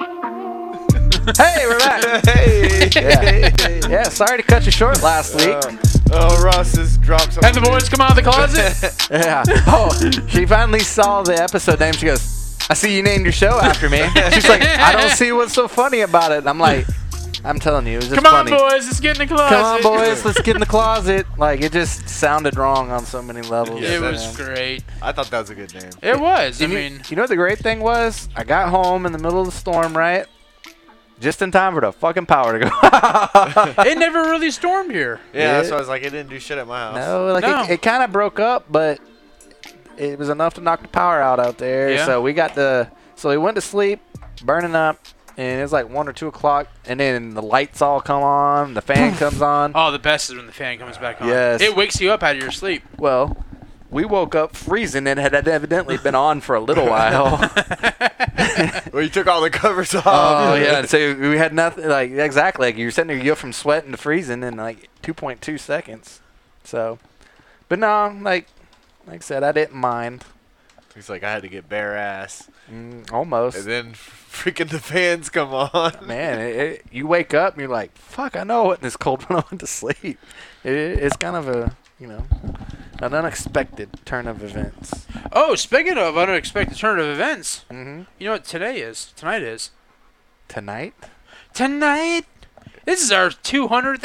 Hey, we're back. Hey. Yeah. Yeah, sorry to cut you short last week. oh, Ross just dropped something. And the boys come out of the closet. Yeah. Oh, she finally saw the episode name. She goes, I see you named your show after me. She's like, I don't see what's so funny about it. And I'm like, I'm telling you, it was just come on, funny. boys. Let's get in the closet. Come on, boys, let's get in the closet. Like, it just sounded wrong on so many levels. It Yeah, was man. great. I thought that was a good name. It was. I And you- mean, you know what the great thing was? I got home in the middle of the storm, right? Just in time for the fucking power to go. it never really stormed here. Yeah, that's why I was like, it didn't do shit at my house. No, like No. it, it kind of broke up, but it was enough to knock the power out out there. Yeah. So we got the so we went to sleep, burning up, and it was like one or two o'clock, and then the lights all come on, the fan comes on. Oh, the best is when the fan comes back on. Yes. It wakes you up out of your sleep. Well, we woke up freezing and had evidently been on for a little while. Well, you took all the covers off. oh yeah, so we had nothing like exactly like you were sitting there, you go from sweating to freezing in like 2.2 seconds. So, but no, like like I said, I didn't mind. He's like, I had to get bare ass. Mm, almost. And then freaking the fans come on. man, it, it, you wake up and you're like, "Fuck, I know it wasn't this cold when I went to sleep." It, it's kind of a, you know, an unexpected turn of events. Oh, speaking of unexpected turn of events, Mm-hmm. hmm you know what today is? Tonight is. Tonight, Tonight? This is our 200th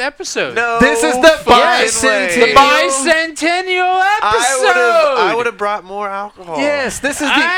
episode. No. This is the fucking bicentennial- way. The bicentennial episode. I would have. I would have brought more alcohol. yes, this is the.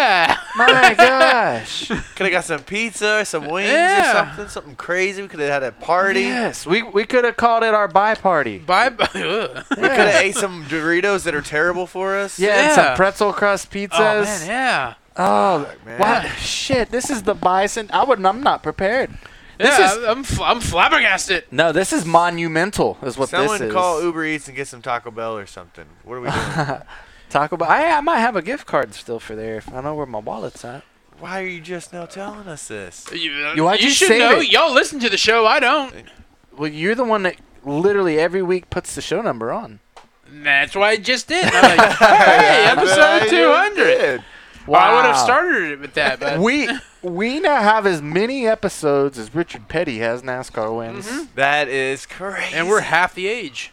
Ah, my gosh, Could have got some pizza or some wings Yeah. or something. Something crazy. We could have had a party. yes, we we could have called it our buy party. yeah. Bye bye. Ugh. We could have ate some Doritos that are terrible for us. Yeah, and some Yeah. pretzel crust pizzas. Oh man, yeah. Oh, man. wow, shit! This is the bison. I would. I'm not prepared. This yeah, is- I'm, fl- I'm flabbergasted. No, this is monumental. Is what Someone this is. call Uber Eats and get some Taco Bell or something. What are we doing? Taco Bell. I, I might have a gift card still for there. If I know where my wallet's at. Why are you just now telling us this? You, You- why'd you should save know. it? Y'all listen to the show. I don't. Well, you're the one that literally every week puts the show number on. That's why I just did. I'm like, hey, I episode just 200. did. Well, I would have started it with that, but We we now have as many episodes as Richard Petty has NASCAR wins. That is crazy. and we're half the age.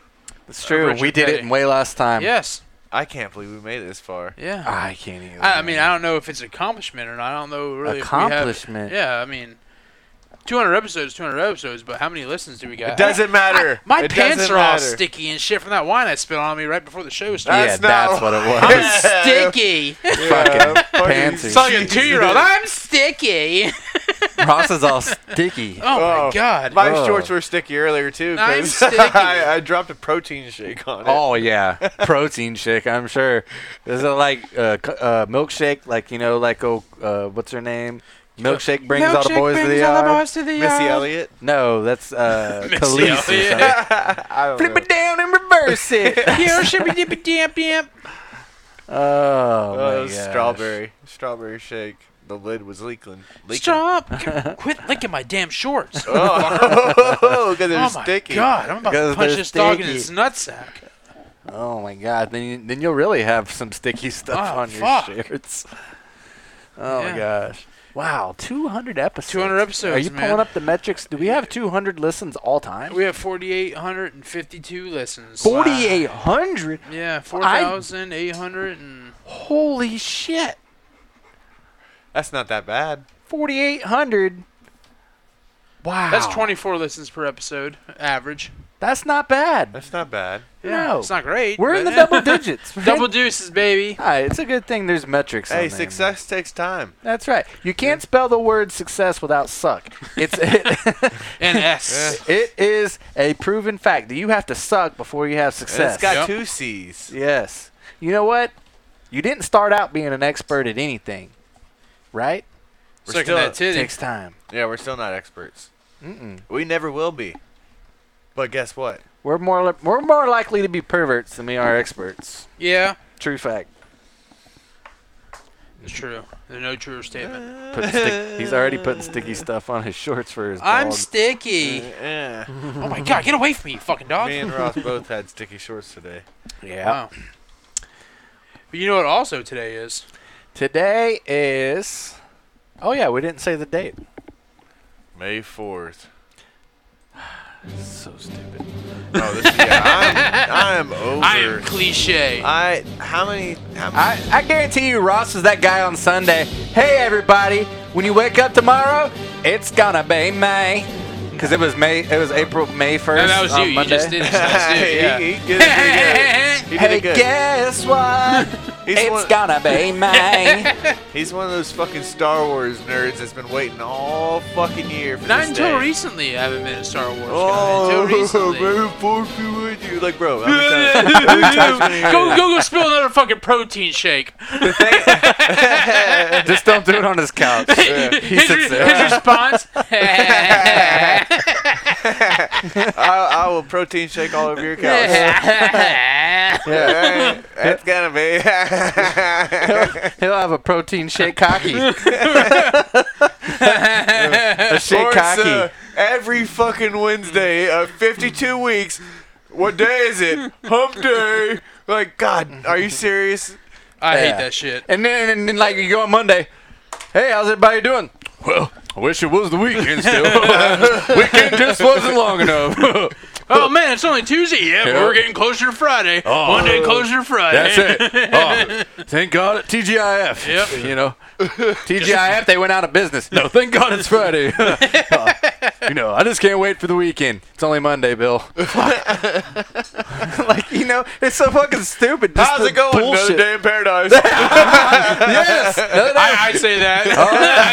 It's true. Richard we did it Petty. in way less time. Yes. I can't believe we made it this far. Yeah. I can't even. I, I mean, I don't know if it's accomplishment or not. I don't know really. if we have- accomplishment. yeah, I mean, 200 episodes, 200 episodes, but how many listens do we got? It doesn't matter. My It pants doesn't are all matter. sticky and shit from that wine I spilled on me right before the show started. yeah, That's not- that's what it I'm was. Sticky. Fucking fucking pants are It's like a two-year-old. I'm sticky. Ross is all sticky. Oh, Oh, my god. My Whoa. shorts were sticky earlier too. I'm 'cause sticky. I, I dropped a protein shake on it. Oh yeah, protein shake. I'm sure. Is it like uh, c- uh, milkshake? Like you know, like oh, uh, what's her name? Milkshake brings all the Milkshake boys to the uh, brings all yard. the boys to the uh, Missy yard. Elliott. No, that's uh, Missy Khaleesi or Elliott. something. I don't Flip know. it down and reverse it. Here, shimmy dippy damp damp. oh, my Oh, it was gosh. strawberry, strawberry shake. The lid was leaking. leaking. Stop! Qu- Quit licking my damn shorts. Oh, Oh, because it was my sticky. god, I'm about Because to punch they're this dog in sticky. his nutsack. Oh my god. Then you, then you'll really have some sticky stuff Oh, on fuck. your shirts. Oh my Yeah. gosh. Wow, 200 episodes. 200 episodes, Are you man. pulling up the metrics? Do we have 200 listens all time? We have 4,852 listens. 4,800. Yeah, 4,800 and... Holy shit. That's not that bad. 4,800. Wow. That's 24 listens per episode, average. That's not bad. That's not bad. No. It's not great. We're in the but- double digits. We're in- double deuces, baby. All right, it's a good thing there's metrics. on Hey, there, man. success takes time. That's right. You can't spell the word success without suck. It's it, And S. it is a proven fact that you have to suck before you have And success. it's got Yep. two C's. yes. You know what? You didn't start out being an expert at anything, right? We're Sucking still- that titty. takes time. Yeah, we're still not experts. Mm-mm. We never will be. But guess what? We're more li- we're more likely to be perverts than we are experts. yeah. True fact. It's true. There's no truer statement. Putting stick- he's already putting sticky stuff on his shorts for his I'm dog. sticky. Yeah. oh my god, get away from me, you fucking dog. Me and Ross both had sticky shorts today. yeah. Wow. But you know what also today is? Today is. Oh yeah, we didn't say the date. May 4th. So stupid. Oh, this is, yeah, I'm, I'm over. I am cliche. I- how many, how many I, I guarantee you, Ross is that guy on Sunday. Hey everybody, when you wake up tomorrow, it's gonna be May. Because it was May, it was April May first. no, that was you. on Monday. You just did it. That's you, yeah. he, he did it pretty good. He did Hey, it good. guess what? He's it's one- gonna be May. He's one of those fucking Star Wars nerds that's been waiting all fucking year for Not this until day. recently I haven't been a Star Wars guy. Oh, Until recently. very forceful with you. Like, bro, how many times- how many times when you- go, go, go spill another fucking protein shake. just don't do it on his couch. He his, sits re- there. his response. I, I will protein shake all over your couch. Yeah, that's gonna be. He'll have a protein shake cocky. a shake Sports, cocky. uh, every fucking Wednesday of 52 weeks. What day is it? Hump day. Like, God, are you serious? I hate Yeah. that shit. And then, and then like you go on Monday. Hey, how's everybody doing? Well, I wish it was the weekend still. weekend just wasn't long enough. Oh man, it's only Tuesday. Yeah, Yeah. we're getting closer to Friday. Oh. One day closer to Friday. That's it. Oh, thank God it TGIF. Yep. You know, TGIF they went out of business. No, thank God it's Friday. Oh, you know, I just can't wait for the weekend. It's only Monday, Bill. like you know, it's so fucking stupid. Just How's the it going? Another bullshit. day in paradise. Yes. Another day. I, I say Oh. that.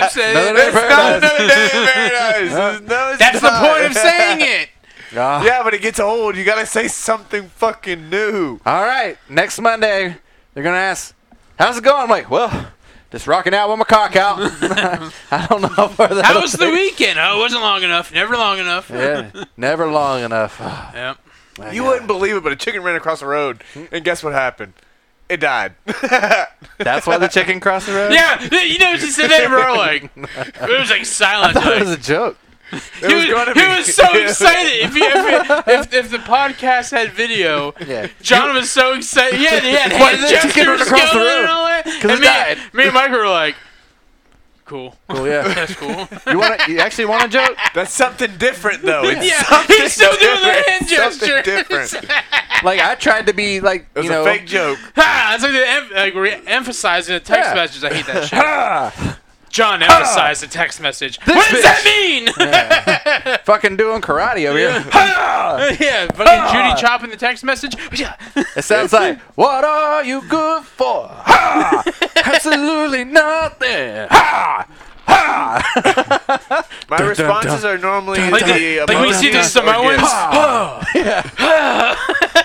I say Another that. day for Not everybody. another day in paradise. No, it's That's the not. point of saying it. Ah. Yeah, but it gets old. You gotta say something fucking new. All right, next Monday, they're gonna ask, "How's it going?" I'm like, "Well, just rocking out with my cock out." I don't know how far that. How was the weekend? Oh, it wasn't long enough. Never long enough. Yeah, never long enough. Yep. My You God. wouldn't believe it, but a chicken ran across the road, and guess what happened? It died. That's why the chicken crossed the road. Yeah, th- you know, just today we were like, it was like silent. that was Like, a joke. he was, gonna he be. was so excited. If, he, if, he- if, if the podcast had video, Yeah. John was so excited. Yeah, he had Why hand did that chicken run gestures across the going road? and all that. And it me, died. me and Mike were like, cool. Well, yeah. That's cool. You want? You actually want a joke? That's something different, though. It's yeah, something he's still doing the different. hand Something gesture. different. It Like I tried to be like was you know. a fake joke. Ha! It's like, they em- like we're emphasizing a text Yeah. message. I hate that shit. Ah, John emphasized the text message. what does bitch. that mean? fucking doing karate over here. yeah, fucking Judy chopping the text message. Yeah. It sounds like, what are you good for? Ha! Absolutely nothing. Ha! Ha! My dun, responses are normally Like, the uh, the, like we see the emojis or Samoans. gifs.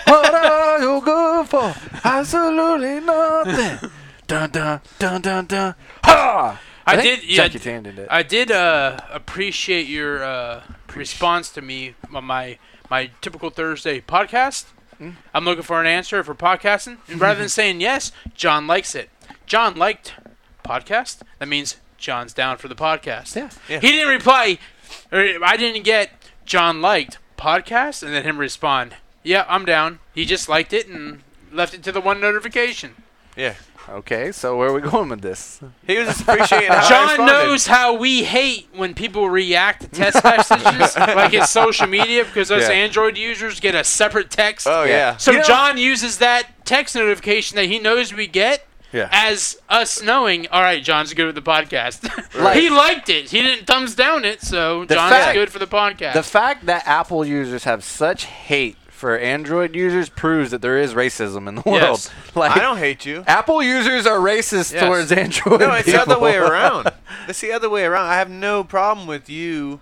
What are you good for? Absolutely nothing. Dun dun dun dun dun. Ha! I think did- yeah, Jackie I- Chan did it. I did uh, appreciate your uh, response to me on my my typical Thursday podcast. Hmm? I'm looking for an answer for podcasting, and rather than saying yes, John likes it. John liked podcast. That means John's down for the podcast. Yeah. Yeah. He didn't reply. Or I didn't get John liked podcast, and then him respond. Yeah, I'm down. He just liked it and left it to the one notification. Yeah. Okay, so where are we going with this? He was just appreciating how I John responded. knows how we hate when people react to text messages, like it's social media, because us Yeah. Android users get a separate text. Oh yeah. So You know- John uses that text notification that he knows we get Yeah. as us knowing, all right, John's good with the podcast. Right. he liked it. He didn't thumbs down it, so The John's fact- good for the podcast. The fact that Apple users have such hate for Android users proves that there is racism in the world. Yes. Like I don't hate you. Apple users are racist Yes. towards Android. No, it's the other people. way around. It's the other way around. I have no problem with you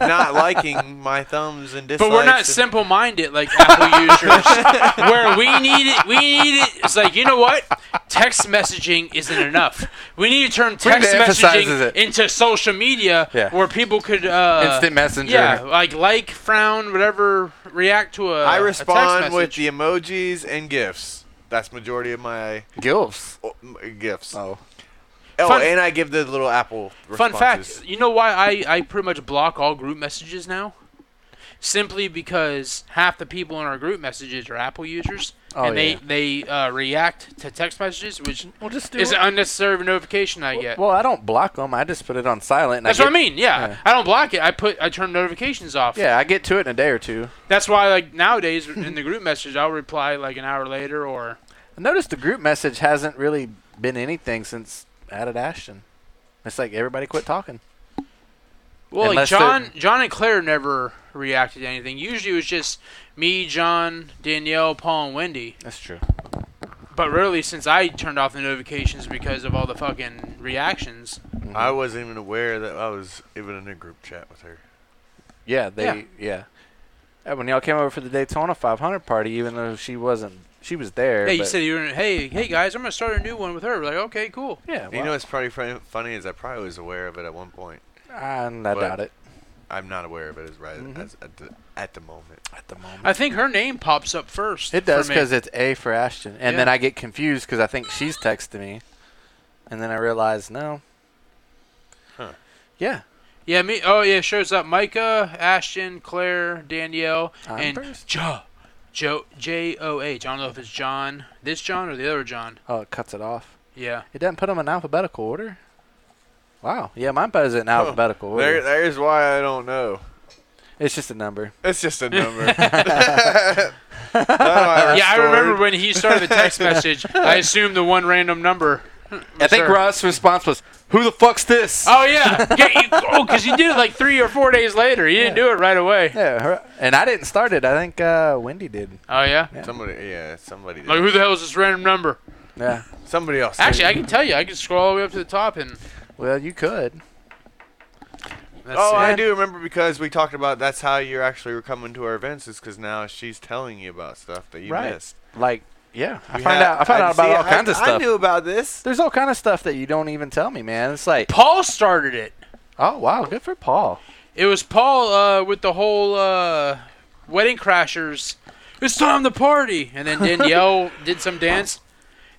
not liking my thumbs and dislikes. but we're not and- simple-minded like Apple users, where we need it. We need it. It's like you know what? Text messaging isn't enough. We need to turn need text to emphasize messaging it. into social media, Yeah. where people could uh, Instant messenger. Yeah, like like, frown, whatever, react to a. I a respond text with message. the emojis and gifs. That's majority of my Gilfs. uh, m- gifs. Oh. Oh, Fun- and I give the little apple. Fun responses. fact: You know why I I pretty much block all group messages now? Simply because half the people in our group messages are Apple users, Oh, and they yeah. they uh, react to text messages, which Well, just do is it. an unnecessary notification I get. Well, I don't block them. I just put it on silent. And That's I what I get- mean. Yeah. yeah. I don't block it. I put I turn notifications off. Yeah, I get to it in a day or two. That's why like nowadays in the group message I'll reply like an hour later or I noticed the group message hasn't really been anything since added Ashton. It's like everybody quit talking. well Unless like they're- John John and Claire never reacted to anything. Usually it was just me, John, Danielle, Paul, and Wendy. That's true. But really since I turned off the notifications because of all the fucking reactions. Mm-hmm. I wasn't even aware that I was even in a group chat with her. Yeah, they yeah. Uh, When y'all came over for the Daytona 500 party, even though she wasn't, she was there. Yeah, you but- said you were hey, hey guys, I'm gonna start a new one with her. We're like, okay, cool. Yeah, You know well, what's probably funny, funny is I probably was aware of it at one point. I, I But- doubt it I'm not aware of it as right Mhm. as, at, the, at the moment. at the moment. I think her name pops up first. It does for me. because it's A for Ashton, and Yeah. then I get confused because I think she's texting me, and then I realize no. Huh. Yeah. Yeah, me. Oh yeah, shows up Micah, Ashton, Claire, Danielle, I'm and first. Joe. Joe J O H. I don't know if it's John, this John or the other John. Oh, it cuts it off. Yeah. It doesn't put them in alphabetical order. Wow. Yeah, mine does it in alphabetical order. There, there's why I don't know. It's just a number. It's just a number. yeah, yeah, I remember when he started the text message. I assumed the one random number. I think Sure. Ross's response was, "Who the fuck's this?" Oh yeah. yeah you, oh, because you did it like three or four days later. You didn't Yeah. do it right away. Yeah, her, and I didn't start it. I think uh, Wendy did. Oh yeah. Yeah. Somebody, yeah, somebody. Did. Like who the hell is this random number? Yeah. somebody else. did. Actually, I can tell you. I can scroll all the way up to the top and. Well, you could. That's Oh, it. I do remember because we talked about that's how you're actually coming to our events is because now she's telling you about stuff that you Right. missed. Like, yeah. I We find had- out. I find out see, about all I- kinds of I stuff. knew about this. There's all kind of stuff that you don't even tell me, man. It's like, Paul started it. oh wow, good for Paul. It was Paul uh, with the whole uh, wedding crashers. It's time to party, and then Danielle did some dance,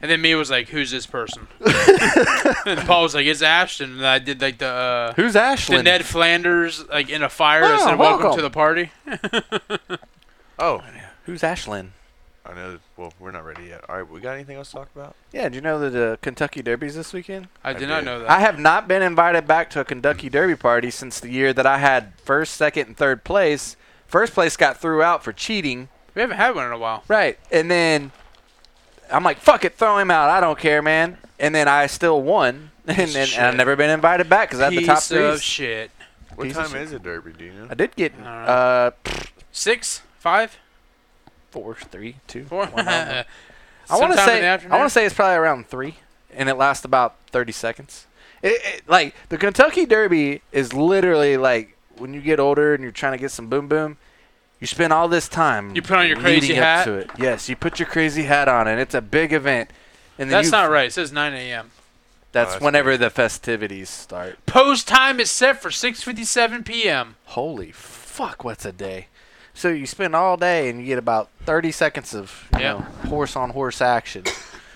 and then me was like, "Who's this person?" and Paul was like, "It's Ashton." And I did like the uh, Who's the Ashlyn? Ned Flanders like in a fire. I Oh, said, "Welcome, welcome. to the party." Oh, Who's Ashlyn? I know. Well, we're not ready yet. All right, we got anything else to talk about? Yeah, do you know that the Kentucky Derby's this weekend? I did not did. know that. I have not been invited back to a Kentucky Derby party since the year that I had first, second, and third place. First place got threw out for cheating. we haven't had one in a while. Right. And then I'm like, fuck it, throw him out. I don't care, man. And then I still won. And then Shit. and I've never been invited back because I had the top Piece of three. shit. What Piece of time shit. is it, Derby? Do you know? I did get I don't know. uh, Six, five, four, three, two, four. one, I don't know. I want to Sometime in say the I afternoon. want to say it's probably around three, and it lasts about thirty seconds. It, it, like the Kentucky Derby is literally like when you get older and you're trying to get some boom boom, you spend all this time. You put on your leading crazy up hat? To it. Yes, you put your crazy hat on, and it's a big event. And then That's you- not right. It says 9 a.m. That's, Oh, that's whenever the festivities start. Post time is set for 6:57 p.m. Holy fuck, what's a day? So you spend all day and you get about 30 seconds of you Yep. know, horse on horse action.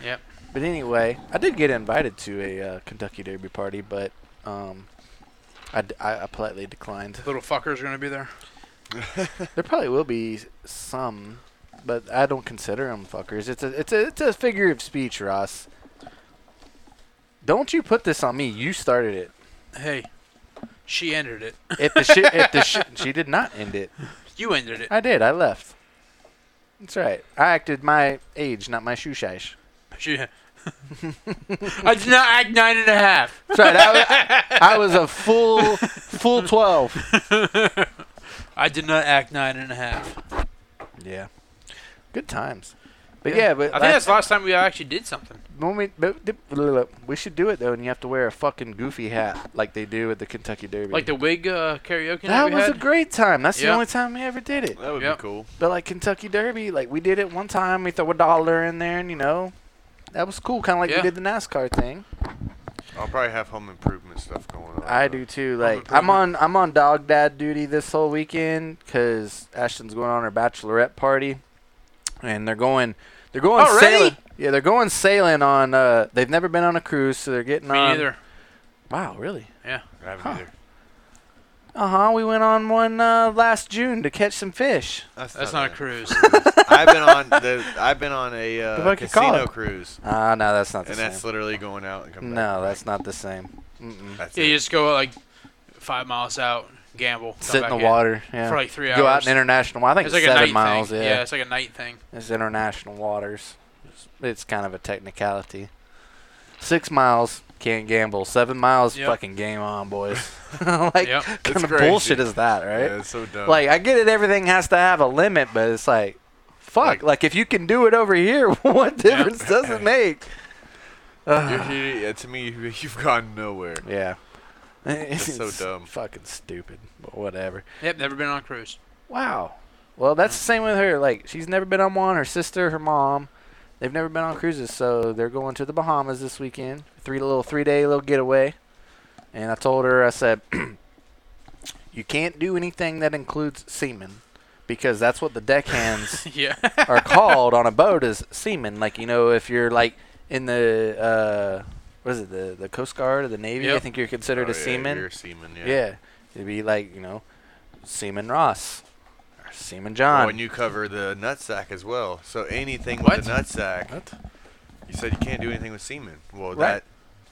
Yep. But anyway, I did get invited to a uh, Kentucky Derby party, but um, I, d- I- I politely declined. Little fuckers are gonna be there. There probably will be some, but I don't consider them fuckers. It's a it's a it's a figure of speech, Ross. Don't you put this on me? You started it. Hey, she ended it. If the shit, if the shit, she did not end it. You ended it. I did. I left. That's right. I acted my age, not my shoe shish. She. I did not act nine and a half. That's right. I wa- I was a full, full twelve. I did not act nine and a half. Yeah. Good times. But yeah, Yeah. but I think like, that's the last time we actually did something. when we, but, di- blah, blah, blah. we should do it though, and you have to wear a fucking goofy hat like they do at the Kentucky Derby. Like the wig uh, karaoke night that we was had. a great time. That's the Yeah. only time we ever did it. That would Yep. be cool. But like Kentucky Derby, like we did it one time. We threw a dollar in there, and you know, that was cool. Kind of like Yeah. we did the NASCAR thing. I'll probably have home improvement stuff going on. I though. do too. Home Like I'm on I'm on dog dad duty this whole weekend because Ashton's going on her bachelorette party, and they're going. They're going Already? sailing. Yeah, they're going sailing on. Uh, they've never been on a cruise, so they're getting Me on. neither. Wow, really? I haven't Huh. either. Uh huh. We went on one uh, last June to catch some fish. That's not a cruise. I've been on the. I've been on a The uh, fuck you call casino it? cruise, Ah, no, that's not the and same. that's literally going out and coming back. no, that's not the same. Mm-mm. That's yeah, it. you just go like five miles out, gamble, come Sit in back the water. Yeah. for like three hours. Go out in international. I think it's it's, like a seven night miles. thing. Yeah. it's like a night thing. It's international waters. It's, it's kind of a technicality. Six miles can't gamble. Seven miles, Yep. fucking game on, boys. like, Yep. kind of crazy. bullshit is that, Yeah, right? it's so dumb. Like, I get it. Everything has to have a limit, but it's like, fuck. Like, Like- if you can do it over here, what difference does it make? You're- Ugh. you- yeah, to me, you- you've gone nowhere. yeah. It's so dumb. Fucking stupid, but whatever. Yep, never been on a cruise. Wow. Well, that's the same with her. Like, she's never been on one. Her sister, her mom, they've never been on cruises, so they're going to the Bahamas this weekend. Three little three day little getaway. And I told her, I said, you can't do anything that includes seamen, because that's what the deckhands yeah. are called on a boat as seamen. Like you know, if you're like in the uh, what is it the the Coast Guard or the Navy? I Yep. think you're considered Oh, a yeah, seaman. You're a seaman. Yeah. yeah. it'd be like you know, Seaman Ross, or Seaman Well, John. Oh, and you cover the nutsack as well. So anything What? with a nutsack. What? You said you can't do anything with semen. Well, Right. that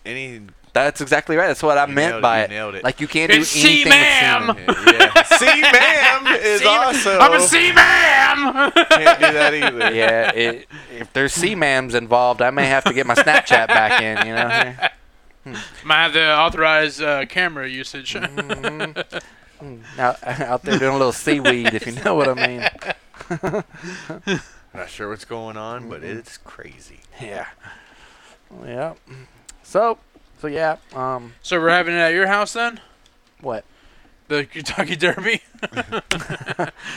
any That's exactly right. That's what I you meant nailed by you it. Nailed it. Like you can't do It's anything seaman! with seamen. yeah. See, ma'am is Seaman- also I'm a sea ma'am. can't do that either. yeah, it, if there's seamams involved, I may have to get my Snapchat back in. You know. Might have to authorize uh, camera usage. Mhm. Mm, out, out there doing a little seaweed, if you know what I mean. Not sure what's going on, but it's crazy. Yeah. Yeah. So, so yeah. Um, so we're having it at your house then? what? The Kentucky Derby.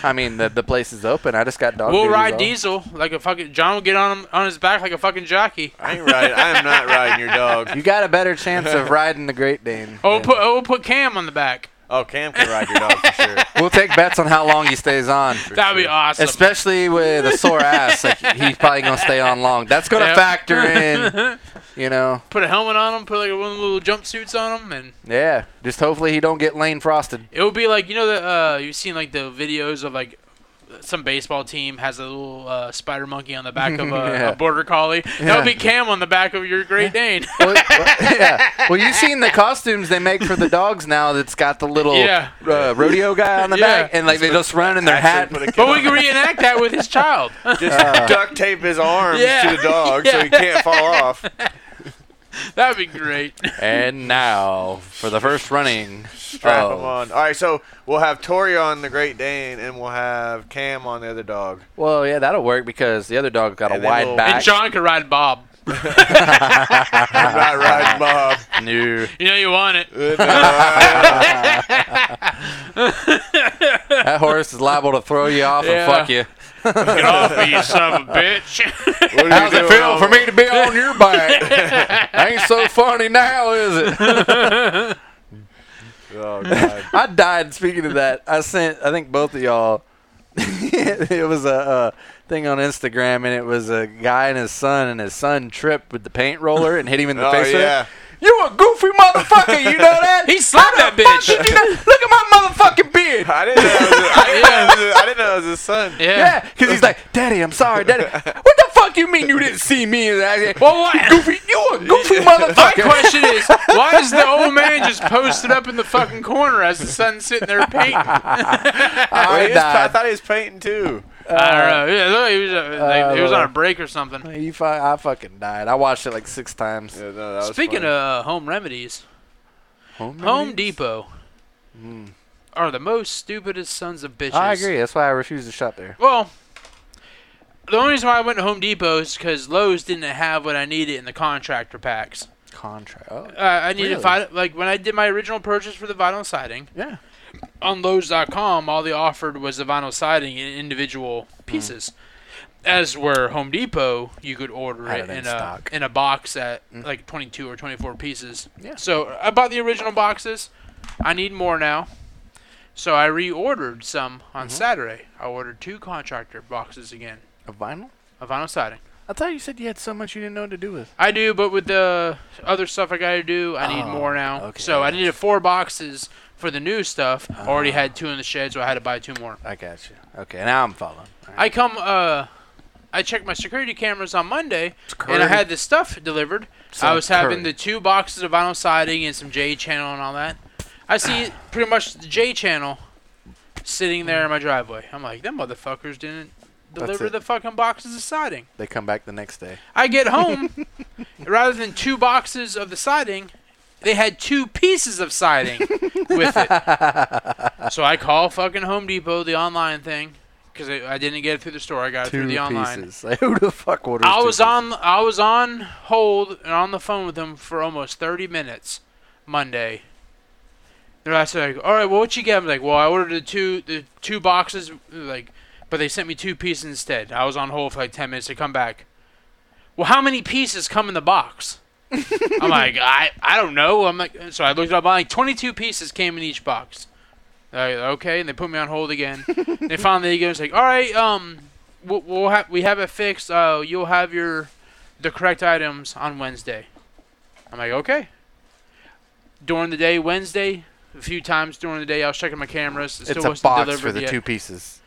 I mean, the the place is open. I just got dog. we'll duties ride off. Diesel like a fucking. John will get on him on his back like a fucking jockey. I ain't riding. I am not riding your dog. You got a better chance of riding the Great Dane. Oh, Yeah. put oh, we'll put Cam on the back. Oh, Cam can ride your dog for sure. we'll take bets on how long he stays on. For That'd be sure. awesome. Especially with a sore ass, like he's probably gonna stay on long. That's gonna Yep. factor in, you know. put a helmet on him. Put like one of the little jumpsuits on him, and Yeah, just hopefully he don't get lane frosted. it would be like you know the uh, you've seen like the videos of like. Some baseball team has a little uh, spider monkey on the back of a, Yeah. a border collie. Yeah. That would be Cam on the back of your Great Dane. Well, well, yeah. Well, you've seen the costumes they make for the dogs now. That's got the little Yeah. uh, rodeo guy on the Yeah. back, and like they just run in their Actually, hat. put a kid but on we can the- reenact that with his child. just duct tape his arms Yeah. to the dog so he Yeah. can't fall off. That'd be great. And now for the first running. Strap Oh. him on. All right, so we'll have Tori on the Great Dane, and we'll have Cam on the other dog. Well, yeah, that'll work because the other dog got a And then wide we'll- back. And John could ride Bob. I'm not riding Bob. no. You know you want it. That horse is liable to throw you off Yeah. and fuck you. Get off me, you son of a bitch. What are you How's it doing feel on- for me to be on your back? Ain't so funny now, is it? Oh God. I died. Speaking of that, I sent. I think both of y'all. it was a uh, thing on Instagram, and it was a guy and his son, and his son tripped with the paint roller and hit him in the Oh, face. with it. yeah. You a goofy motherfucker. You know that? He slapped How that the fuck bitch. did you not- Look at my motherfucking beard. I didn't know. It was his- I didn't know it was his- I didn't know it was his son. Yeah. Yeah, because he's like, Daddy, I'm sorry, Daddy. What the fuck you mean you didn't see me? And I said, Well, what? goofy, you a goofy My motherfucker. question is, why is the old man just posted up in the fucking corner as the son's sitting there painting? Well, he I was- I died. thought he was painting too. I don't know. Yeah, look, he was, uh, like, he was on a break or something. He fu- I fucking died. I watched it like six times. Yeah, no, that was Speaking funny. of uh, home remedies, Home, Home movies? Depot Hmm. are the most stupidest sons of bitches. I agree. That's why I refuse to shop there. Well, the only reason why I went to Home Depot is because Lowe's didn't have what I needed in the contractor packs. Contract. Oh, Uh, I needed Really? vinyl, like when I did my original purchase for the vinyl siding yeah. on Lowe's.com. All they offered was the vinyl siding in individual Hmm. pieces. As where Home Depot, you could order Had it it in in a, stock. Mm. in a box at like 22 or 24 pieces. Yeah. So I bought the original boxes. I need more now. So I reordered Mm-hmm. some on Saturday. I ordered two contractor boxes again A vinyl? of vinyl siding. I thought you said you had so much you didn't know what to do with. I do, but with the other stuff I got to do, I need Oh, more now. okay. Uh-huh. So I needed four boxes for the new stuff. I Already had two in the shed, so I had to buy two more. I got you. Okay, now I'm following. All right. I come, uh, I checked my security cameras on Monday, and Curry. I had the stuff delivered. I Some was having curry. the two boxes of vinyl siding and some J channel and all that. I see pretty much the J channel sitting there in my driveway. I'm like, them motherfuckers didn't That's deliver it. the fucking boxes of siding. They come back the next day. I get home, rather than two boxes of the siding, they had two pieces of siding with it. So I call fucking Home Depot, the online thing, because I, I didn't get it through the store. I got it through the online. pieces. Like, who the fuck orders? I two was pieces? on I was on hold and on the phone with them for almost 30 minutes Monday. They're like, like, all right, well, what you get? I'm like, well, I ordered the two the two boxes, like, but they sent me two pieces instead. I was on hold for like 10 minutes to come back. Well, how many pieces come in the box? I'm like, I I don't know. I'm like, so I looked it up. I'm like, 22 pieces came in each box. They're like, Uh, okay, and they put me on hold again. they finally go, it's like, all right, um, we'll, we'll have we have it fixed. Uh, you'll have your the correct items on Wednesday. I'm like, okay. During the day, Wednesday, a few times during the day, I was checking my cameras. It still It's a wasn't box delivered for the yet. two pieces.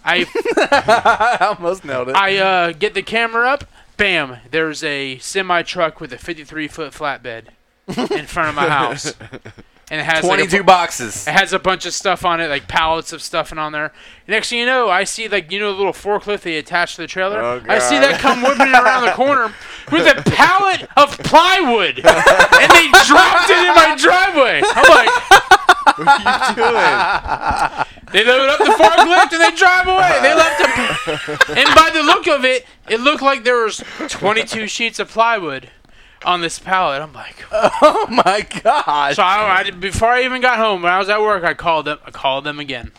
I I almost nailed it. I uh, get the camera up. Bam! There's a semi truck with a 53 foot flatbed in front of my house, and it has like, a Twenty-two boxes. It has a bunch of stuff on it, like pallets of stuff and on there. Next thing you know, I see like you know the little forklift they attach to the trailer. Oh, I see God. that come whipping around the corner with a pallet of plywood, and they dropped it in my driveway. I'm like, What are you doing? they load up the forklift and they drive away. They left a, and by the look of it, it looked like there was 22 sheets of plywood on this pallet. I'm like, Oh my god. So I, I- before I even got home, when I was at work, I called them. I called them again.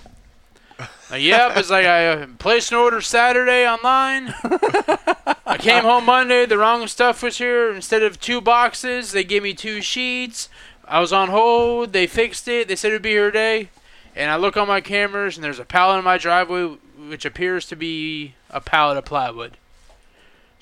Like, yep, it's like I uh, placed an order Saturday online. I came home Monday. The wrong stuff was here. Instead of two boxes, they gave me two sheets. I was on hold. They fixed it. They said it'd be here today. And I look on my cameras, and there's a pallet in my driveway, which appears to be a pallet of plywood.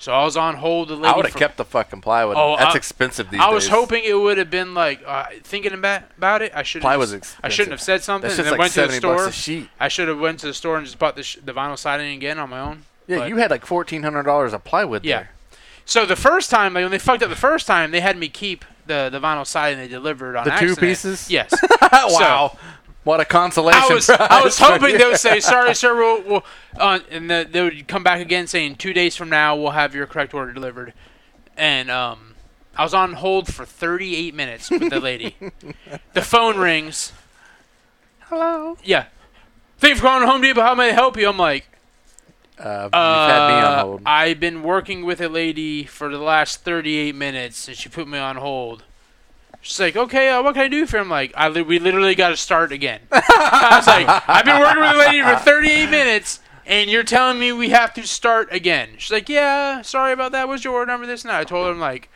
So I was on hold. The lady I would have from- kept the fucking plywood. Oh, That's I- expensive these I days. was hoping it would have been like uh, thinking about about it. I should Plywood's I expensive. shouldn't have said something. That's And just then like went to the seventy bucks store. a sheet. I should have went to the store and just bought the, sh- the vinyl siding again on my own. Yeah, but- you had like fourteen hundred dollars of plywood Yeah. there. So the first time, like when they fucked up the first time, they had me keep the, the vinyl siding they delivered on The two accident. pieces? Yes. Oh, wow. what a consolation. I was prize I was for hoping you. they would say sorry, sir. We'll, we'll uh, and the, they would come back again saying two days from now we'll have your correct order delivered. And um, I was on hold for 38 minutes with the lady. the phone rings. Hello. Yeah. Thank you for calling Home Depot. How may I help you? I'm like, Uh, you've had me on uh, hold. I've been working with a lady for the last 38 minutes, and she put me on hold. She's like, okay, uh, what can I do for you? I'm like, I li- we literally got to start again. I was like, I've been working with a lady for 38 minutes, and you're telling me we have to start again. She's like, yeah, sorry about that. What's your order number? This and that. I told her, I'm like,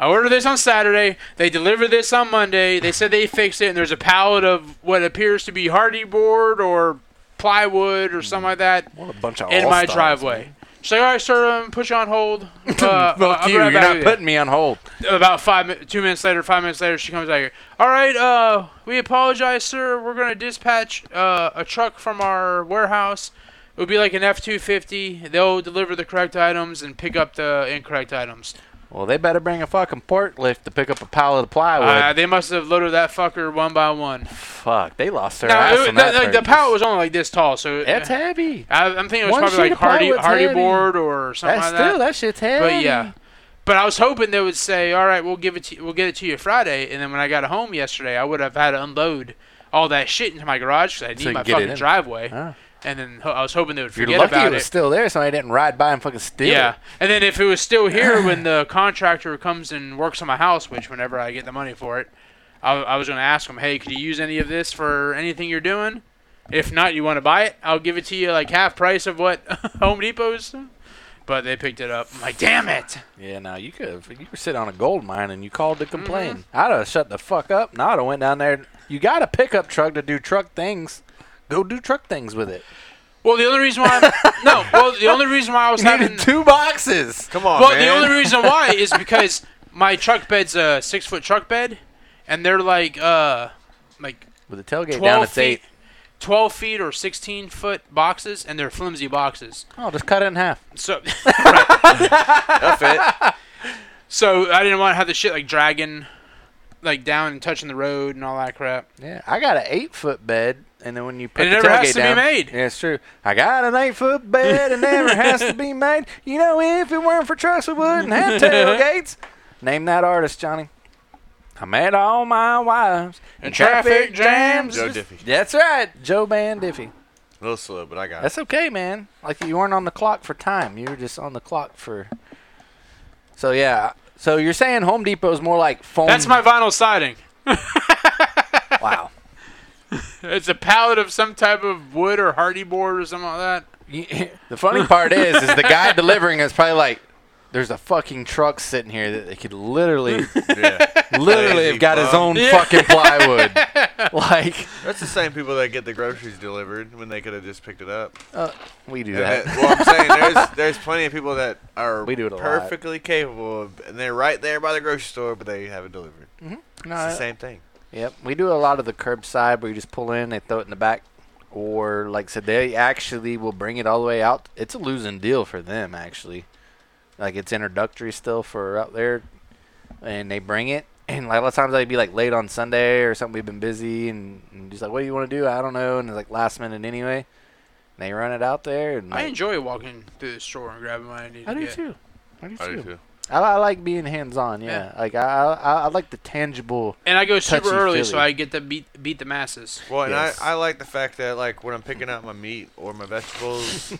I ordered this on Saturday. They delivered this on Monday. They said they fixed it, and there's a pallet of what appears to be hardy board or plywood or something like that What a bunch of in my all-stars, driveway. man. She's like, all right, sir, um, put you on hold. Uh, Fuck I'll be you. right You're back not with putting me on hold. About five, mi- two minutes later, five minutes later, she comes back here. All right, uh, we apologize, sir. We're gonna dispatch uh, a truck from our warehouse. It would be like an F two fifty. They'll deliver the correct items and pick up the incorrect items. Well, they better bring a fucking forklift to pick up a pallet of plywood. Uh, they must have loaded that fucker one by one. Fuck, they lost their Now, ass it, on the, that like, the purchase. pallet was only like this tall, so It's heavy. I, I'm thinking it was One probably sheet like of hardy, plywood's hardy heavy. board or something That's like that. still that shit's heavy. But yeah, but I was hoping they would say, "All right, we'll give it to you, we'll get it to you Friday." And then when I got home yesterday, I would have had to unload all that shit into my garage because I need you my can get it fucking in. driveway. Huh. And then ho- I was hoping they would You're forget lucky it about was it. still there. Somebody didn't ride by and fucking steal yeah, it. and then if it was still here when the contractor comes and works on my house, which whenever I get the money for it, I, I was going to ask him, "Hey, could you use any of this for anything you're doing? If not, you want to buy it? I'll give it to you like half price of what Home Depot's." But they picked it up. I'm like, "Damn it!" Yeah, no, you could have. You were sitting on a gold mine and you called to complain. Mm-hmm. I'd have shut the fuck up. and I'd have went down there. You got a pickup truck to do truck things. Go do truck things with it. Well, the only reason why I'm, no, well, the only reason why I was You needed having two boxes. Come on, well, man. the only reason why is because my truck bed's a six foot truck bed, and they're like uh like With the tailgate down, twelve it's feet, eight. twelve feet or sixteen foot boxes, and they're flimsy boxes. Oh, just cut it in half. So That fit. so I didn't want to have the shit like dragging like down and touching the road and all that crap. Yeah, I got an eight foot bed, and then when you put And the it never tailgate has to be down, made. Yeah, it's true. I got an eight foot bed, and never has to be made. You know, if it weren't for trucks, we wouldn't have tailgates. Name that artist, Johnny. I met all my wives And traffic jams. Joe Diffie. That's right, Joe Band Diffie. A little slow, but I got it. That's okay, man. Like you weren't on the clock for time. You were just on the clock for. So yeah. So you're saying Home Depot is more like foam? That's my vinyl siding. wow. It's a pallet of some type of wood or hardy board or something like that. You- the funny part is, is the guy delivering is probably like, "There's a fucking truck sitting here that they could literally, Yeah. literally Lazy have got his bum. own Yeah. fucking plywood." like That's the same people that get the groceries delivered when they could have just picked it up. we do And that- that. well, I'm saying there's there's plenty of people that are We do it a lot. perfectly capable, of, and they're right there by the grocery store, but they have it delivered. No, It's the I- same thing. yep, we do a lot of the curbside where you just pull in, they throw it in the back, or like I said, they actually will bring it all the way out. It's a losing deal for them actually. Like it's introductory still for out there, and they bring it. And like a lot of times I'd be like late on Sunday or something. We've been busy, and, and just like, what do you want to do? I don't know. And it's like last minute anyway. And they run it out there, and I like- enjoy walking through the store and grabbing what I need I to do get. too. I do too. I, I like being hands on. Yeah. like I, I I like the tangible. And I go super Touchy early, so feely. I get to beat beat the masses. Well, and Yes. I, I like the fact that like when I'm picking out my meat or my vegetables,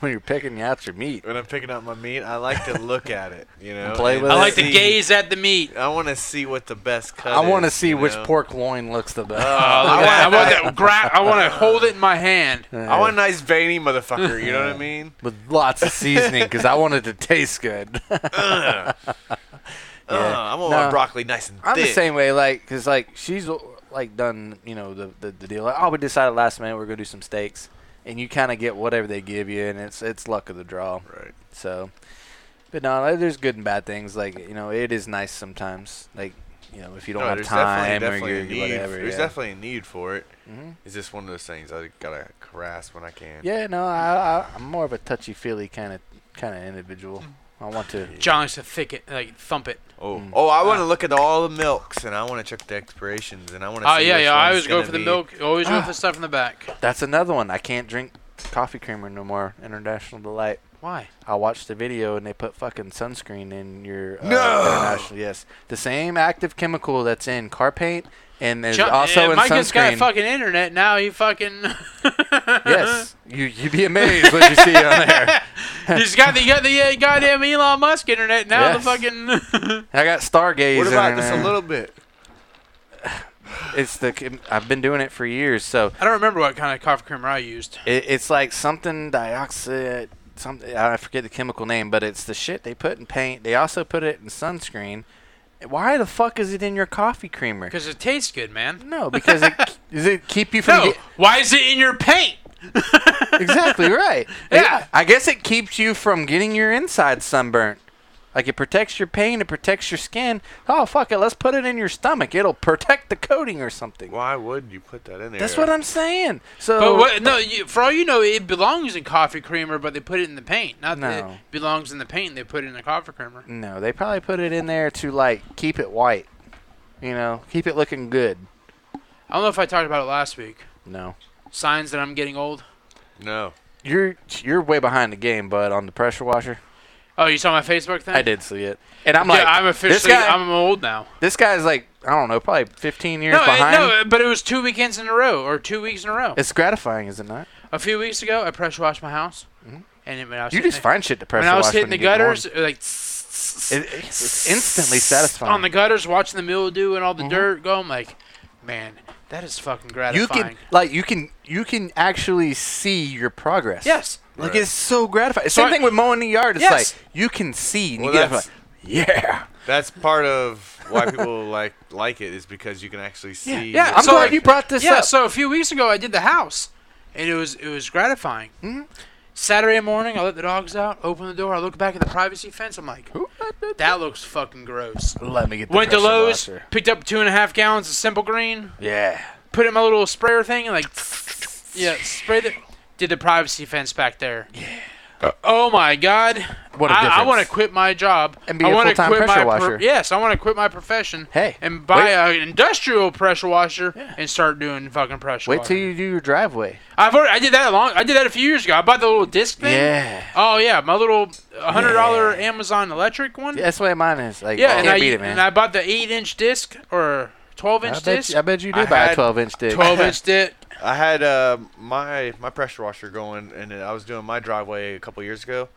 When you're picking out your meat, when I'm picking out my meat, I like to look at it. You know, play and with I Let's like to see- gaze at the meat. I want to see what the best cut. I want to is, see you which know? pork loin looks the best. Oh, Uh, I, want, look at that. I want that gra- I want to hold it in my hand. Yeah. I want a nice veiny motherfucker. You know what I mean? with lots of seasoning because I want it to taste good. Ugh. Yeah. Ugh, I want No. my broccoli nice and I'm thick. the same way, like, because, like, she's, like, done, you know, the, the, the deal. Like, oh, we decided last minute we're going to do some steaks. And you kind of get whatever they give you, and it's it's luck of the draw. Right. So, but no, like, there's good and bad things. Like, you know, it is nice sometimes. Like, you know, if you don't No, have there's time definitely, or definitely you're, a need. whatever. there's yeah. definitely a need for it. hmm It's just one of those things I gotta harass when I can. yeah, no, I, I, I'm more of a touchy feely kind of kind of individual. Hmm. I want to. John likes to thick it, like thump it. Oh, Mm. oh, I want to look at all the milks, and I want to check the expirations, and I want to. Oh yeah, yeah. I always go for the milk. Always go for Ah. the stuff in the back. That's another one. I can't drink coffee creamer no more. International delight. Why? I watched the video and they put fucking sunscreen in your uh, No! international. Yes, the same active chemical that's in car paint and there's John, also uh, in Mike has got sunscreen. fucking internet now. He fucking yes, you you'd be amazed what you see on there. He's got the you got the uh, goddamn Elon Musk internet now. Yes. The fucking I got Stargaze. What in about there. just a little bit? It's the chem- I've been doing it for years, so I don't remember what kind of coffee creamer I used. It, it's like something dioxide, something I forget the chemical name, but it's the shit they put in paint. They also put it in sunscreen. Why the fuck is it in your coffee creamer? Because it tastes good, man. No, because it does it keep you from No, get- why is it in your paint? exactly right. Yeah. I guess it keeps you from getting your inside sunburnt. Like it protects your pain, it protects your skin. Oh fuck it, let's put it in your stomach. It'll protect the coating or something. Why would you put that in there? That's what I'm saying. So But what, no, you, for all you know, it belongs in coffee creamer, but they put it in the paint. Not that No. it belongs in the paint. They put it in the coffee creamer. No, they probably put it in there to like keep it white. You know, keep it looking good. I don't know if I talked about it last week. No. Signs that I'm getting old. No. You're you're way behind the game, bud, on the pressure washer. Oh, you saw my Facebook thing? I did see it. And I'm Yeah, like I'm officially. this guy I'm old now. this guy's like, I don't know, probably fifteen years No, it- behind. no, but it was two weekends in a row, or two weeks in a row. It's gratifying, is it not? a few weeks ago, I pressure washed my house, Mhm. and it, when I was You hitting just the, find shit to pressure when I was wash hitting the you get warm. gutters, like it's It- it's instantly satisfying. on the gutters, watching the mildew and all the Mhm. dirt go. I'm like, man, that is fucking you gratifying. can like you can you can actually see your progress. yes, Like Right. it's so gratifying. So Same I- thing with mowing the yard. It's Yes. like you can see and Well, you get up like, that's- yeah. That's part of why people like like it is because you can actually see. yeah, what I'm So, glad like- you brought this yeah. up. So a few weeks ago, I did the house, and it was it was gratifying. Mhm. Saturday morning, I let the dogs out, open the door, I look back at the privacy fence, I'm like, Who let the- that looks fucking gross. Let me get the Went to pressure Lowe's, washer. picked up two and a half gallons of Simple Green, Yeah. put it in my little sprayer thing, and like, yeah, sprayed it. Did the privacy fence back there. Yeah. Oh my God! What a I- I, difference. want to quit my job. And be I a wanna full-time quit my pressure pro- washer. yes, I want to quit my profession Hey. and buy an industrial pressure washer Yeah. and start doing fucking pressure. Wait till washing. you do your driveway. I've already, I did that a long. I did that a few years ago. I bought the little disc thing. Yeah. Oh yeah, my little hundred dollar Amazon electric one. That's the way mine is. Like, Yeah, you and can't I beat it, man. and I bought the eight inch disc or twelve inch I bet, disc. you, I bet you do I buy had a 12 inch disc. twelve inch disc. I had uh, my my pressure washer going, and then I was doing my driveway a couple years ago.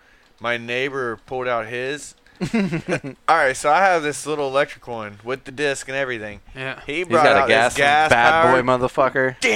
My neighbor pulled out his. All right, so I have this little electric one with the disc and everything. Yeah. He He's brought got out a gas, his gas bad boy powered- motherfucker. Ding!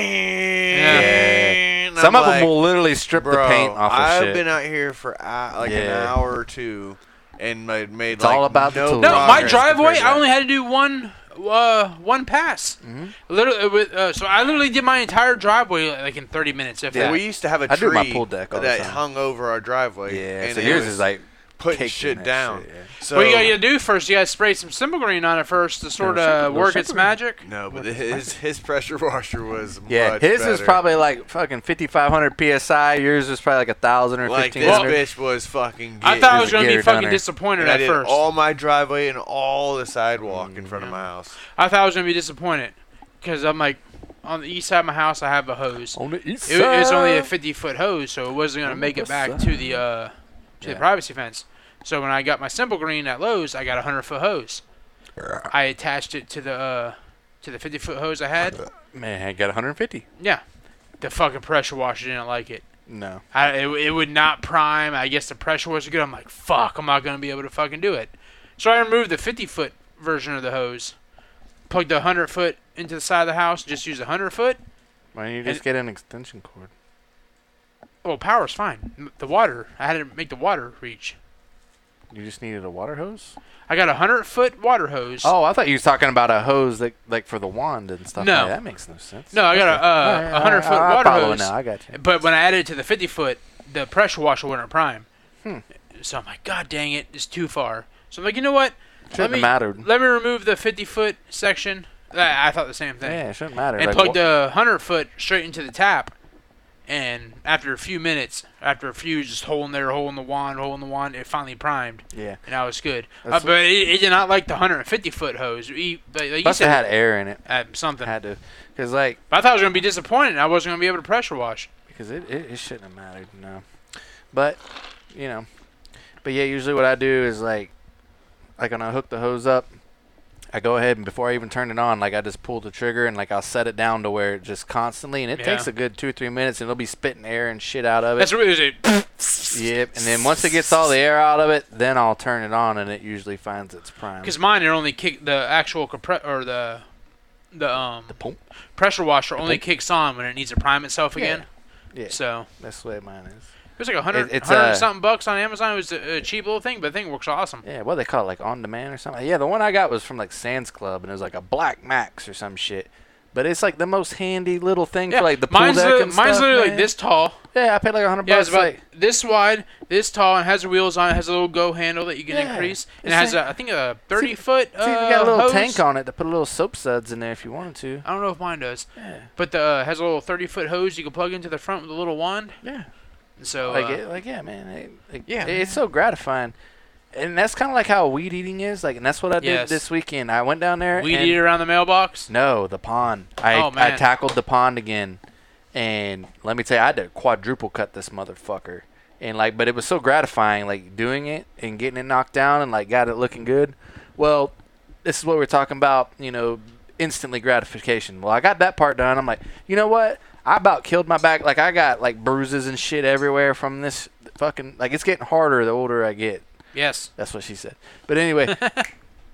Yeah. And Some I'm of them like, will literally strip Bro, the paint off of I've shit. been out here for uh, like an Yeah. hour or two, and made made It's like all about the no. tools. No, my progress driveway. compared to I that. only had to do one, uh, one pass. Mhm. Literally, with, uh, so I literally did my entire driveway like in 30 minutes. If Well, that. We used to have a I tree do my pool deck all the that time. hung over our driveway. yeah, and so it yours was is like putting caked in shit that down. shit, yeah. So what you gotta do first, you gotta spray some simple green on it first to sort of Simple- work no, its Simple Green. magic. no, but his his pressure washer was Yeah, much his is better. probably like fucking 5,500 psi. Yours is probably like a thousand or like fifteen this hundred. bitch was fucking. I thought I there's was a gonna be gator down fucking there. disappointed And I at did first. all my driveway and all the sidewalk in front of Mm-hmm. yeah. my house. I thought I was gonna be disappointed because I'm like, on the east side of my house, I have a hose. on the east It, wa- it was only a side. 50 foot hose, so it wasn't gonna On make the it back west to the uh, to the Yeah. privacy fence. So when I got my simple green at Lowe's, I got a hundred foot hose. I attached it to the uh, to the 50 foot hose I had. Man, I got 150. Yeah, the fucking pressure washer didn't like it. No. I, it, it would not prime. I guess the pressure wasn't good. I'm like, fuck, I'm not going to be able to fucking do it. So I removed the 50 foot version of the hose, plugged the 100 foot into the side of the house, just used a 100 foot. Why don't you just And- get an extension cord? Well, power's fine. M- The water, I had to make the water reach. You just needed a water hose? I got a 100 foot water hose. Oh, I thought you was talking about a hose that, like for the wand and stuff. No. like that. that makes no sense. No, I got a, uh, Alright, a 100 foot I- I water follow hose. Now. I got you. But when I added it to the 50 foot, the pressure washer wouldn't prime. Hmm. So I'm like, God dang it, it's too far. So I'm like, you know what? Shouldn't me- have mattered. Let me remove the 50 foot section. I I thought the same thing. Yeah, it shouldn't matter. and like, plugged wha- a hundred foot straight into the tap. And after a few minutes, after a few just holding there, holding the wand, holding the wand, it finally primed, Yeah. and I was good. Uh, That's- but it, it did not like the 150 foot hose. We- but like you Must said, have had air in it. uh, something. Had to. Because, like, But I thought I was gonna be disappointed. I wasn't gonna be able to pressure wash. because it, it, it shouldn't have mattered no but you know but yeah usually what i do is like like when i hook the hose up i go ahead and before i even turn it on like i just pull the trigger and like i'll set it down to where it just constantly and it Yeah. takes a good two or three minutes and it'll be spitting air and shit out of it That's really it. yep and then once it gets all the air out of it then i'll turn it on and it usually finds its prime Because mine, it only kick the actual compress or the the um the pump pressure washer only pump. kicks on when it needs to prime itself Yeah. again. yeah So that's the way mine is it was like a hundred, It- it's, hundred uh, something bucks on Amazon. It was a, a cheap little thing, but the thing works awesome. Yeah, what they call it, like on demand or something. Yeah, the one I got was from like Sands Club, and it was like a Black Max or some shit. But it's like the most handy little thing for like the pool mine's deck li- and mine's stuff, literally like man. this tall. Yeah, I paid like a hundred Yeah, it's bucks. about like, this wide, this tall, and has the wheels on. it. Has a little go handle that you can Yeah, increase, and it's it has like- a, I think a thirty foot. see, Uh, you got a little hose. tank on it to put a little soap suds in there if you wanted to. I don't know if mine does, Yeah, but the uh, has a little thirty foot hose you can plug into the front with a little wand. yeah. And so Like, uh, it, like yeah, man. It, like, Yeah, it- it's so gratifying. And that's kind of like how weed eating is. Like, and that's what I did Yes. this weekend. I went down there. weed and- eat around the mailbox. No, the pond. I I Oh, man. tackled the pond again, and let me tell you, I had to quadruple cut this motherfucker. And like, but it was so gratifying, like doing it and getting it knocked down, and like got it looking good. Well, this is what we're talking about, you know, instantly gratification. Well, I got that part done. I'm like, you know what? I about killed my back. Like I got like bruises and shit everywhere from this fucking. Like it's getting harder the older I get. Yes. That's what she said. But anyway,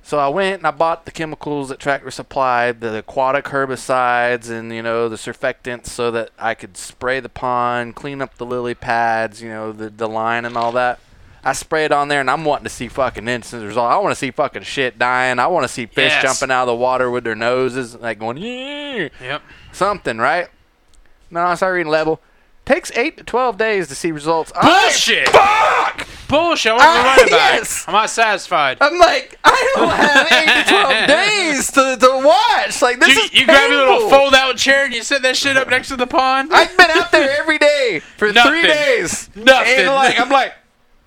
so I went and I bought the chemicals that Tractor supplied, the aquatic herbicides, and you know the surfactants, so that I could spray the pond, clean up the lily pads, you know the the line and all that. I spray it on there, and I'm wanting to see fucking instant result. I want to see fucking shit dying. I want to see fish Yes. jumping out of the water with their noses, like going yeah, Yep. something, right? No, I started reading level. Takes eight to twelve days to see results. I- Bullshit! Fuck! Bullshit! I wasn't Ah, right about yes. Oh, it. I'm not satisfied. I'm like, I don't have eight to twelve days to, to watch. Like this you is you grab your little painful. fold-out chair and you set that shit up next to the pond. I've been out there every day for Nothing. three days. Nothing. And like, I'm like,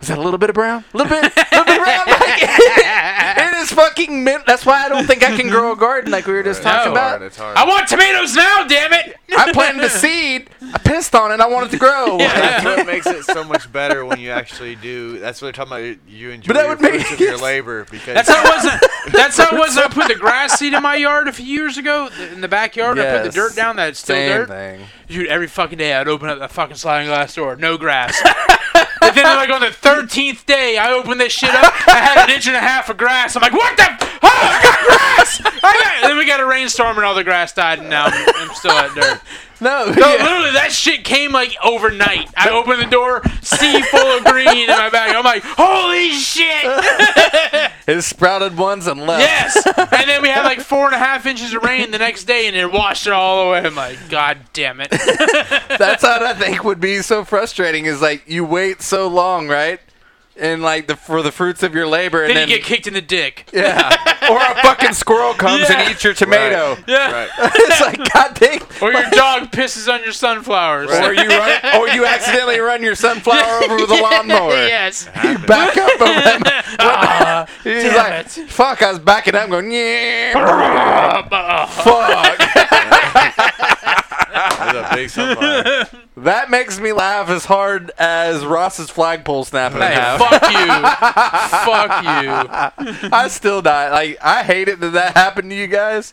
is that a little bit of brown? A little bit, little bit of brown. Like, it is fucking. Min- That's why I don't think I can grow a garden like we were just Right, talking No. about. it's hard. I want tomatoes now, damn it! I planted a seed. I pissed on it. I want it to grow. That's what makes it so much better when you actually do. That's what they're talking about. You enjoy But that your would make- fruits of your labor because That's how it was. That's how it was. I put the grass seed in my yard a few years ago th- in the backyard. I put Yes. the dirt down. That's still Same dirt. thing. Dude, every fucking day I'd open up that fucking sliding glass door. No grass. and then like on the thirteenth day, I opened this shit up. I had an inch and a half of grass. I'm like, what the? f- Oh, I got grass! I got-" Then we got a rainstorm and all the grass died, and now I'm, I'm still at dirt. No, No, yeah. literally, that shit came like overnight. I opened the door, sea full of green in my bag. I'm like, holy shit! it sprouted ones and left. Yes. and then we had like four and a half inches of rain the next day, and it washed it all away. I'm like, God damn it. That's what I think would be so frustrating is like you wait so long, right? And like the for the fruits of your labor, and then then you get kicked in the dick. yeah, or a fucking squirrel comes Yeah. and eats your tomato. Yeah. right. it's like God dang. Or your dog pisses on your sunflowers. Or you run, or you accidentally run your sunflower over with a lawnmower. yes. You back up over that. Ah, He's Damn like, fuck, I was backing up, going, yeah, fuck. That's a big sunflower. that makes me laugh as hard as Ross's flagpole snapping in hey, half. fuck you. fuck I still die. Like I hate it that that happened to you guys,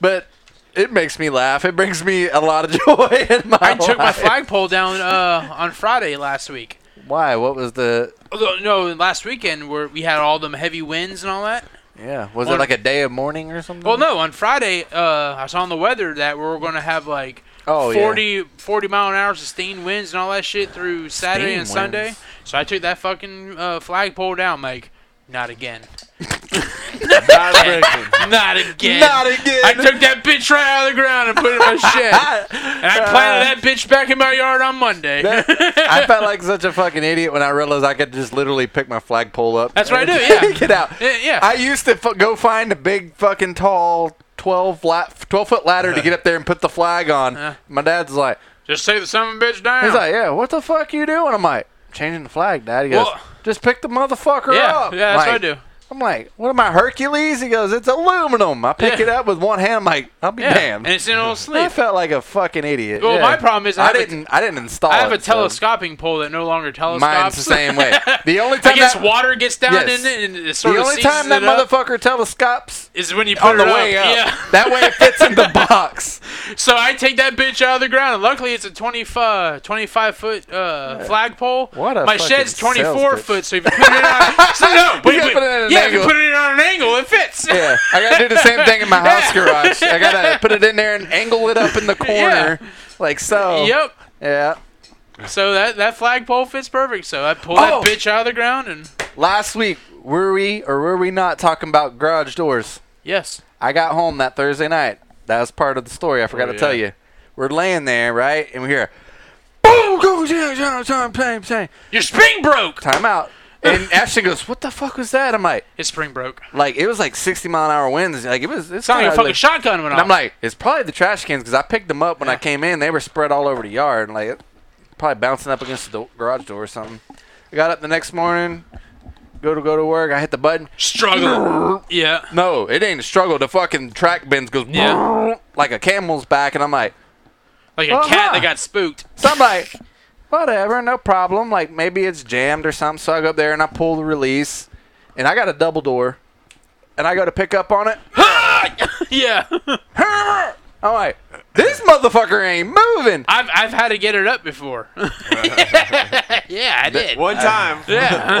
but it makes me laugh. It brings me a lot of joy in my you. I took my life. flagpole down uh, on Friday last week. Why? What was the? Although, no, last weekend where we had all them heavy winds and all that. Yeah, was On- it like a day of mourning or something? Well, no, on Friday uh, I saw on the weather that we were going to have like Oh, yeah. 40, 40 mile an hour sustained winds and all that shit through Saturday Sustained and Sunday. winds. So I took that fucking uh, flagpole down. Like, not again. Not breaking. Not again. Not again. I took that bitch right out of the ground and put it in my shit. And I planted that bitch back in my yard on Monday. I felt like such a fucking idiot when I realized I could just literally pick my flagpole up. That's what I do, and yeah. Get out. Yeah, yeah. I used to f- go find a big fucking tall 12 la- 12 foot ladder Uh-huh. to get up there and put the flag on. Uh. My dad's like, Just take the son of a bitch down. He's like, yeah, what the fuck you doing? I'm like, changing the flag, Dad. He goes, Well- just pick the motherfucker yeah, yeah, up. that's Like, what I do. I'm like, what am I, Hercules? He goes, it's aluminum. I pick Yeah. it up with one hand. I'm like, I'll be Yeah. damned. And it's in a little I sleeve. felt like a fucking idiot. Well, yeah. my problem is I I, have a- didn't. I didn't install. I have a it, so telescoping pole that no longer telescopes. Mine's the same way. The only I time guess that water gets down Yes. in it and it the sort of only time seizes that it up motherfucker telescopes is when you put on it the up. way up. Yeah. That way it fits in the box. So I take that bitch out of the ground, and luckily it's a 20, uh, 25 foot uh, flagpole. What a My fucking shed's 24 sales pitch. foot, so if you put it on, so no, but, You gotta but- put it at an yeah, if you angle. put it on an angle, it fits. Yeah, I gotta do the same thing in my house garage. I gotta put it in there and angle it up in the corner, like so. Yep. Yeah. So that that flagpole fits perfect. So I pull Oh. that bitch out of the ground, and Last week, were we or were we not talking about garage doors? yes, I got home that Thursday night. That was part of the story. I forgot Oh, to tell yeah. you. We're laying there, right, and we hear, boom, go, jam, jam, jam, bang, bang. your spring broke. Time out. And Ashton goes, "What the fuck was that?" I'm like, His spring broke. It's "Like it was like 60 mile an hour winds. Like it was." It's not like a kinda fucking like-" shotgun went And off. I'm like, "It's probably the trash cans because I picked them up when I came in. They were spread all over the yard, and like it- probably bouncing up against the do- garage door or something." I got up the next morning, go to go to work. I hit the button. struggle. yeah. No, it ain't a struggle. The fucking track bins goes Yeah. like a camel's back, and I'm like, Like a Uh-huh. cat that got spooked. so I'm like, whatever, no problem. Like maybe it's jammed or something. So I go up there and I pull the release, and I got a double door, and I go to pick up on it. yeah. I'm like, this motherfucker ain't moving. I've I've had to get it up before. yeah, I did. One time. Yeah.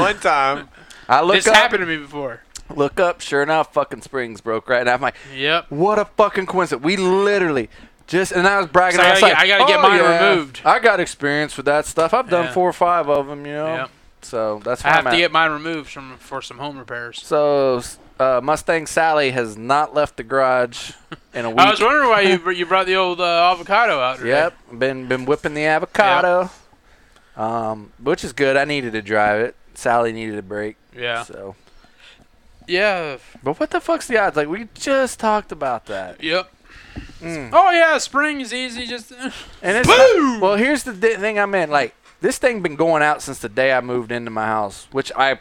One time. I look This up, happened to me before. look up. Sure enough, fucking springs broke right, and I'm like, Yep. What a fucking coincidence. We literally just and I was bragging. So I I was gotta like, get- I gotta get "Oh, mine yeah, removed." I got experience with that stuff. I've done Yeah. four or five of them. You know, Yep. So that's I where have I'm to at. get mine removed from for some home repairs. so uh, Mustang Sally has not left the garage in a week. I was wondering why you br- you brought the old uh, avocado out. today. Yep, been been whipping the avocado, um, which is good. I needed to drive it. Sally needed a break. Yeah. So, Yeah. but what the fuck's the odds? Like we just talked about that. Yep. Mm. Oh yeah, spring is easy. Just And it's Boom! well, here's the di- thing I meant. Like this thing been going out since the day I moved into my house, which I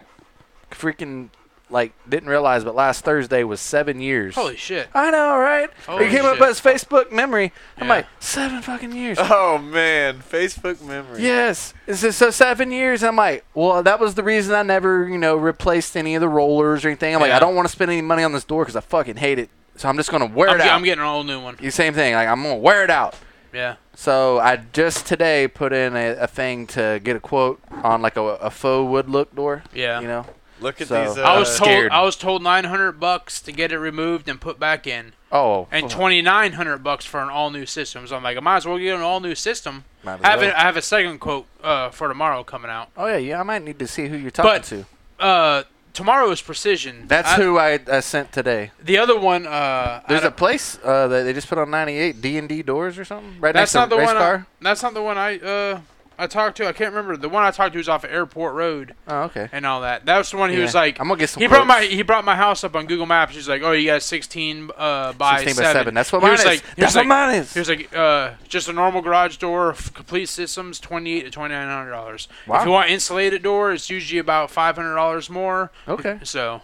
freaking like didn't realize. But last Thursday was seven years. holy shit. I know, right? Holy it came up shit. as Facebook memory. I'm Yeah. Uh-huh. like seven fucking years. Oh man, Facebook memory. Yes. It's just so seven years. I'm like, well, that was the reason I never, you know, replaced any of the rollers or anything. I'm like, Yeah. I don't want to spend any money on this door because I fucking hate it. So I'm just gonna wear I'm, it ge- out. I'm getting an all new one. the same thing. Like I'm gonna wear it out. Yeah. So I just today put in a, a thing to get a quote on like a, a faux wood look door. Yeah. You know. Look at So- these. Uh, I was told scared. I was told 900 bucks to get it removed and put back in, Oh. and oh, 2900 bucks for an all new system. So I'm like, I might as well get an all new system. might as I have well. a, I have a second quote uh, for tomorrow coming out. Oh yeah, yeah. I might need to see who you're talking But- to. Uh, tomorrow is Precision. That's I- who I, I sent today. The other one. Uh, I There's a don't- place uh, that they just put on 98 D and D doors or something right That's next not to the race one. I, car. that's not the one I uh I talked to. I can't remember the one I talked to was off of Airport Road Oh okay. and all that. That was the one he Yeah. was like. I'm gonna get some. He brought my E quotes. he brought my house up on Google Maps. He's like, "Oh, you got 16 uh, by 16 7. by 7. That's what He mine was is. like- he That's was what like- mine is. He was like, uh, "Just a normal garage door, f- complete systems, 28 to 29 hundred dollars. Wow. If you want insulated door, it's usually about 500 dollars more. okay. So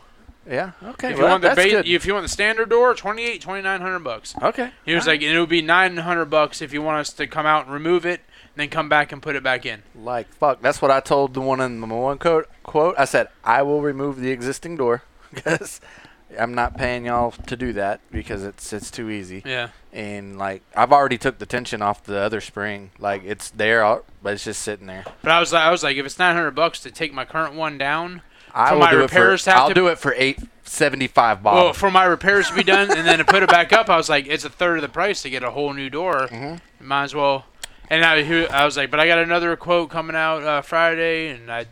Yeah. Okay. if you well, want the that's ba- good. if you want the standard door, 28 2900 bucks. okay. He was like, and it would be 900 bucks if you want us to come out and remove it, and then come back and put it back in. Like fuck. That's what I told the one in the one quote. Quote. I said I will remove the existing door because I'm not paying y'all to do that because it's it's too easy. Yeah. And like I've already took the tension off the other spring. Like it's there, al- but it's just sitting there. But I was like, I was like, if it's 900 bucks to take my current one down, I So will my do repairs it for. have I'll to- do it for eight seventy five bob. well, for my repairs to be done, and then to put it back up, I was like, it's a third of the price to get a whole new door. Mhm. Might as well. And I, he- I was like, but I got another quote coming out uh, Friday, and I,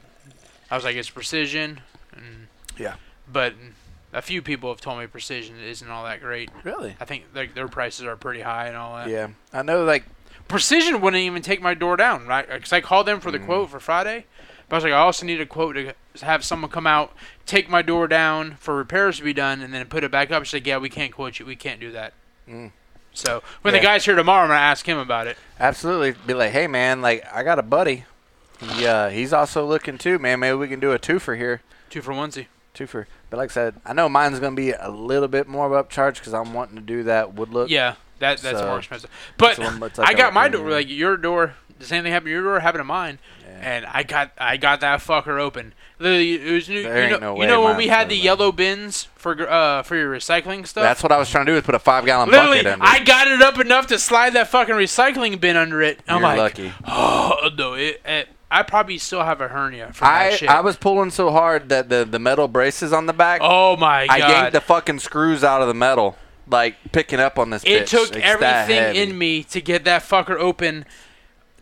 I was like, it's precision. And, Yeah. But a few people have told me precision isn't all that great. really? I think like their prices are pretty high and all that. Yeah. I know. Like Precision wouldn't even take my door down, right? Because I called them for Mm. the quote for Friday, but I was like, I also need a quote to have someone come out, take my door down for repairs to be done, and then put it back up. She's like, Yeah, we can't quote you. We can't do that. Mm. So when Yeah. the guy's here tomorrow, I'm gonna ask him about it. Absolutely. Be like, hey man, like I got a buddy. He uh, he's also looking too, man. Maybe we can do a twofer here. Two for onesie. Twofer. But like I said, I know mine's gonna be a little bit more of upcharge because I'm wanting to do that wood look. Yeah, that that's So, more expensive. But So I'm- it's like I got a- my door like your door. The same thing happened to your door happened to mine, Yeah. and I got I got that fucker open. Literally, it was new. There you know, ain't no you way know when mine's we had gonna the be. yellow bins for gr- uh for your recycling stuff. That's what I was trying to do is put a five gallon Literally, bucket under. I got it up enough to slide that fucking recycling bin under it. I'm You're like, lucky. oh no, it, it, I probably still have a hernia from I that shit. I was pulling so hard that the the metal braces on the back. oh my I god! yanked the fucking screws out of the metal, like picking up on this. it bitch. took It's that everything heavy. in me to get that fucker open.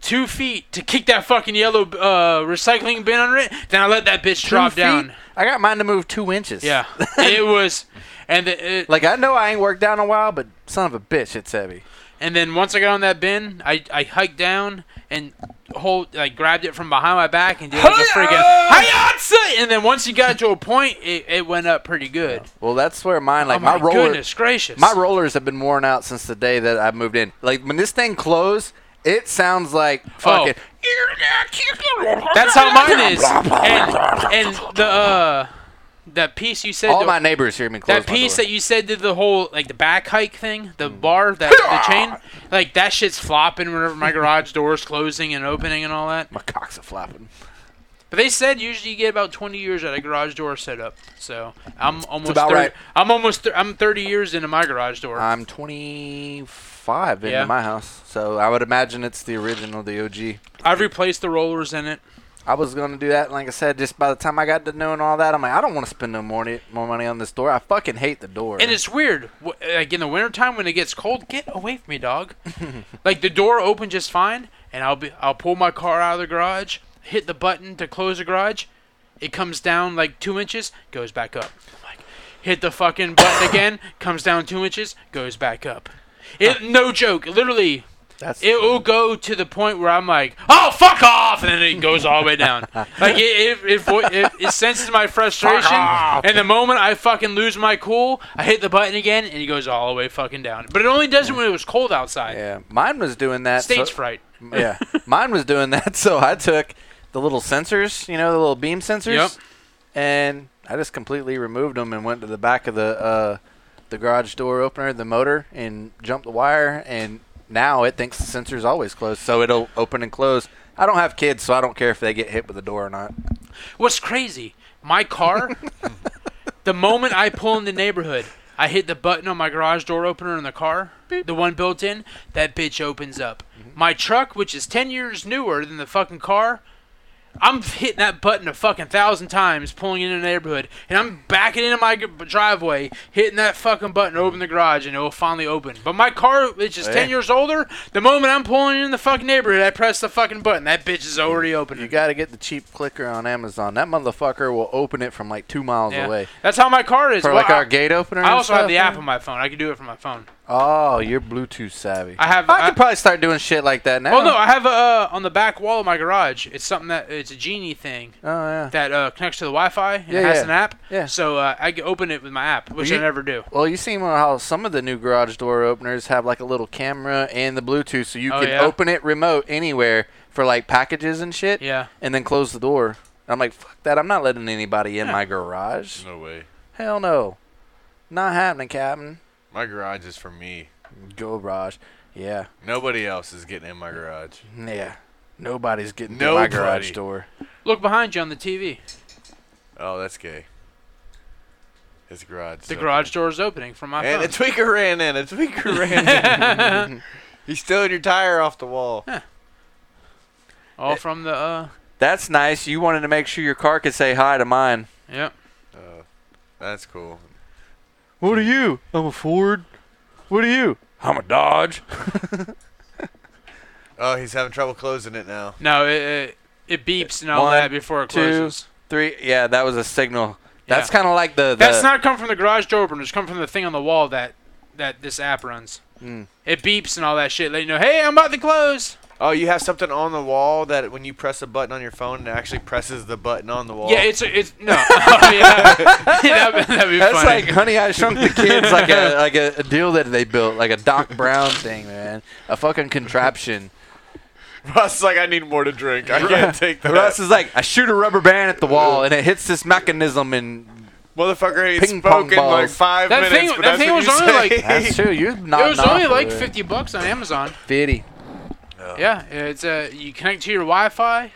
Two feet to kick that fucking yellow uh, recycling bin under it. Then I let that bitch Two drop feet? down. I got mine to move two inches. Yeah, it was, and the, it, Like I know I ain't worked down a while, but son of a bitch, it's heavy. And then once I got on that bin, I, I hiked down and hold like grabbed it from behind my back and did like a freaking uh, Hayatsa! And then once you got to a point, it, it went up pretty good. Well, that's where mine, like oh my, my, roller, goodness gracious! my rollers have been worn out since the day that I moved in. Like when this thing closed, it sounds like Oh. fucking. that's how mine is. And, and the uh, that piece you said All to- my neighbors hear me close that piece my Mm. that you said did the whole like the back hike thing, the bar that the chain, like that shit's flopping whenever my garage door's closing and opening and all that. my cocks are flapping. But they said usually you get about 20 years at a garage door setup. So I'm almost about 30, right. Uh, I'm almost th- I'm 30 years into my garage door. I'm 25 Yeah. into my house, so I would imagine it's the original, the OG. I've replaced the rollers in it. I was gonna do that, like I said, just by the time I got to knowing all that, I'm like, I don't want to spend no more, ni- more money on this door. I fucking hate the door. And it's weird. wh- Like in the wintertime when it gets cold, get away from me, dog. like the door open just fine and I'll be I'll pull my car out of the garage, hit the button to close the garage. It comes down like two inches, goes back up. Like, hit the fucking button again, comes down two inches, goes back up. It, no joke, literally, That's it will go to the point where I'm like, oh fuck off, and then it goes all the way down. Like it, it, it, vo- it, it senses my frustration, and the moment I fucking lose my cool, I hit the button again, and it goes all the way fucking down. But it only does it when it was cold outside. yeah. Mine was doing that. so- Stage fright. yeah, mine was doing that. So I took the little sensors, you know, the little beam sensors, Yep. and I just completely removed them and went to the back of the uh, the garage door opener, the motor, and jumped the wire. And now it thinks the sensor's always closed, so it'll open and close. I don't have kids, so I don't care if they get hit with a door or not. What's crazy? My car. the moment I pull in the neighborhood, I hit the button on my garage door opener in the car, the one built in. That bitch opens up. My truck, which is ten years newer than the fucking car, I'm hitting that button a fucking thousand times, pulling into the neighborhood, and I'm backing into my g- driveway, hitting that fucking button to open the garage, and it will finally open. But my car, which is Hey. ten years older, the moment I'm pulling in the fucking neighborhood, I press the fucking button. That bitch is already open. You got to get the cheap clicker on Amazon. That motherfucker will open it from like two miles Yeah. away. That's how my car is. For Well, like I- our gate opener. I and also have stuff, the app man. on my phone. I can do it from my phone. Oh, you're Bluetooth savvy. I have. I I- could probably start doing shit like that now. oh no, I have a, uh, on the back wall of my garage. It's something that it's a genie thing Oh yeah. that uh, connects to the Wi-Fi and Yeah, it has yeah. an app. Yeah. So uh, I can open it with my app, which You- I never do. Well, you seen how some of the new garage door openers have like a little camera and the Bluetooth, so you Oh, can yeah? open it remote anywhere for like packages and shit, Yeah. and then close the door. And I'm like, fuck that! I'm not letting anybody in Yeah. my garage. No way. Hell no, not happening, Captain. My garage is for me. Garage, yeah, Nobody else is getting in my garage. yeah. Nobody's getting through my garage Nobody. door. Look behind you on the TV. Oh, that's gay. His garage. The garage door is opening from my And a phone. tweaker ran in. A tweaker ran in. He's stealing your tire off the wall. All from the. Uh, That's nice. You wanted to make sure your car could say hi to mine. yeah. Uh, that's cool. What are you? I'm a Ford. What are you? I'm a Dodge. Oh, he's having trouble closing it now. No, it it, it beeps and all One, that before it two. closes. Three. Yeah, that was a signal. Yeah. That's kind of like the, the That's not come from the garage door opener. It's come from the thing on the wall that that this app runs. Mm. It beeps and all that shit. Let you know, hey, I'm about to close. Oh, you have something on the wall that when you press a button on your phone, it actually presses the button on the wall. Yeah, it's it's no. Oh, yeah. that'd, be- that'd be That's funny. like Honey I Shrunk the Kids, like a like a, a deal that they built, like a Doc Brown thing, man, a fucking contraption. Russ is like, I need more to drink. I can't take that. Russ is like, I shoot a rubber band at the wall and it hits this mechanism, and Motherfucker ain't Ping pong spoken like balls. five That minutes. thing- but that that's thing what was you only, say. that's true. You're not. it was only like 50 bucks on Amazon. Fifty. Oh. Yeah, it's uh, you connect to your Wi-Fi,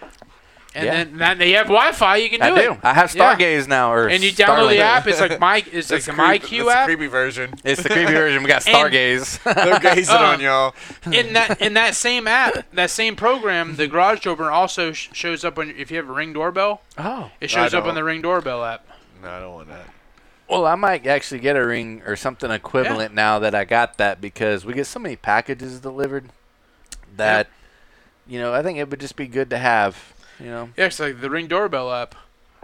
and Yeah. then that they have Wi-Fi, you can do I it. do. I have Yeah. Stargaze now, or And you download the Starlink. app. It's like my it's like That's the creep- MyQ that's a app. creepy version. It's the creepy version. We got And- Stargaze. They're gazing Uh, on y'all. in that in that same app, that same program, the garage opener also sh- shows up on if you have a Ring doorbell. oh. It shows I up on don't. the Ring doorbell app. No, I don't want that. Well, I might actually get a ring or something equivalent now that I got that because we get so many packages delivered that you know, I think it would just be good to have, you know. Yeah, it's like the Ring doorbell app.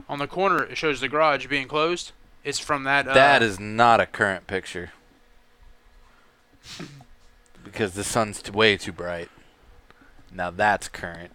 On the corner, it shows the garage being closed. It's from that. Uh, that is not a current picture. because the sun's t- way too bright. Now that's current.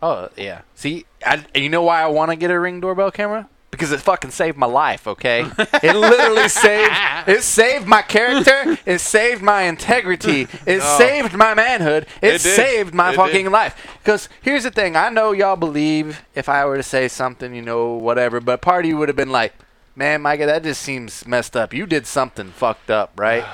Oh, yeah. See, I, and you know why I want to get a ring doorbell camera? Because it fucking saved my life, okay? It literally saved it saved my character, it saved my integrity, it Oh. saved my manhood, it, It did. saved my It did. fucking life. Because here's the thing, I know y'all believe if I were to say something, you know, whatever, but part of you would have been like, Man, Micah, that just seems messed up. You did something fucked up, right?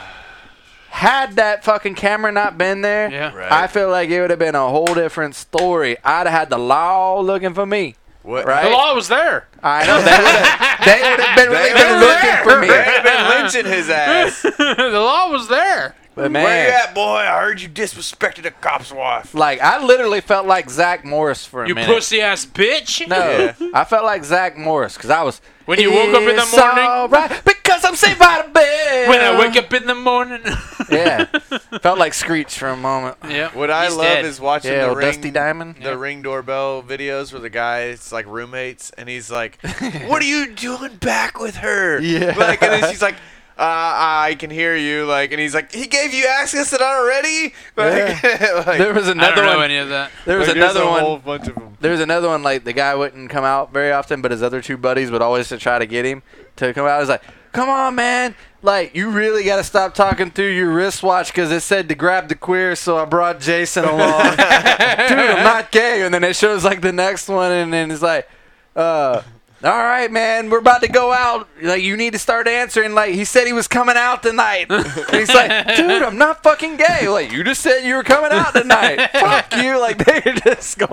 Had that fucking camera not been there, Yeah. Right. I feel like it would have been a whole different story. I'd have had the law looking for me. What? Right? The law was there. I know they would have, they would have been really They been were looking for me. They've been lynching his ass. the law was there. But Where you man, at, boy? I heard you disrespected a cop's wife. like I literally felt like Zach Morris for a You minute. pussy ass bitch. No, I felt like Zach Morris because I was. When you woke up in the "It's morning?" all right because I'm saved by the bell. When I wake up in the morning. yeah, felt like Screech for a moment. yeah. What I He's love dead. is watching Yeah, the old ring, Dusty Diamond. the ring doorbell videos where the guys like roommates, and he's like, "What are you doing back with her?" Yeah. Like, and then she's like. Uh, I can hear you, like, and he's like, he gave you access to that already. Like, like, There was I another don't know one. any of that. There was like, there's another a one. whole bunch of 'em. There was another one like the guy wouldn't come out very often, but his other two buddies would always to try to get him to come out. I was like, "Come on, man! Like you really got to stop talking through your wristwatch because it said to grab the queer, so I brought Jason along. Dude, I'm not gay." And then it shows like the next one, and then it's like, "Uh." All right, man. We're about to go out. Like, you need to start answering. Like, he said he was coming out tonight. and he's like, dude, I'm not fucking gay. Like, you just said you were coming out tonight. Fuck you. Like, they're just going.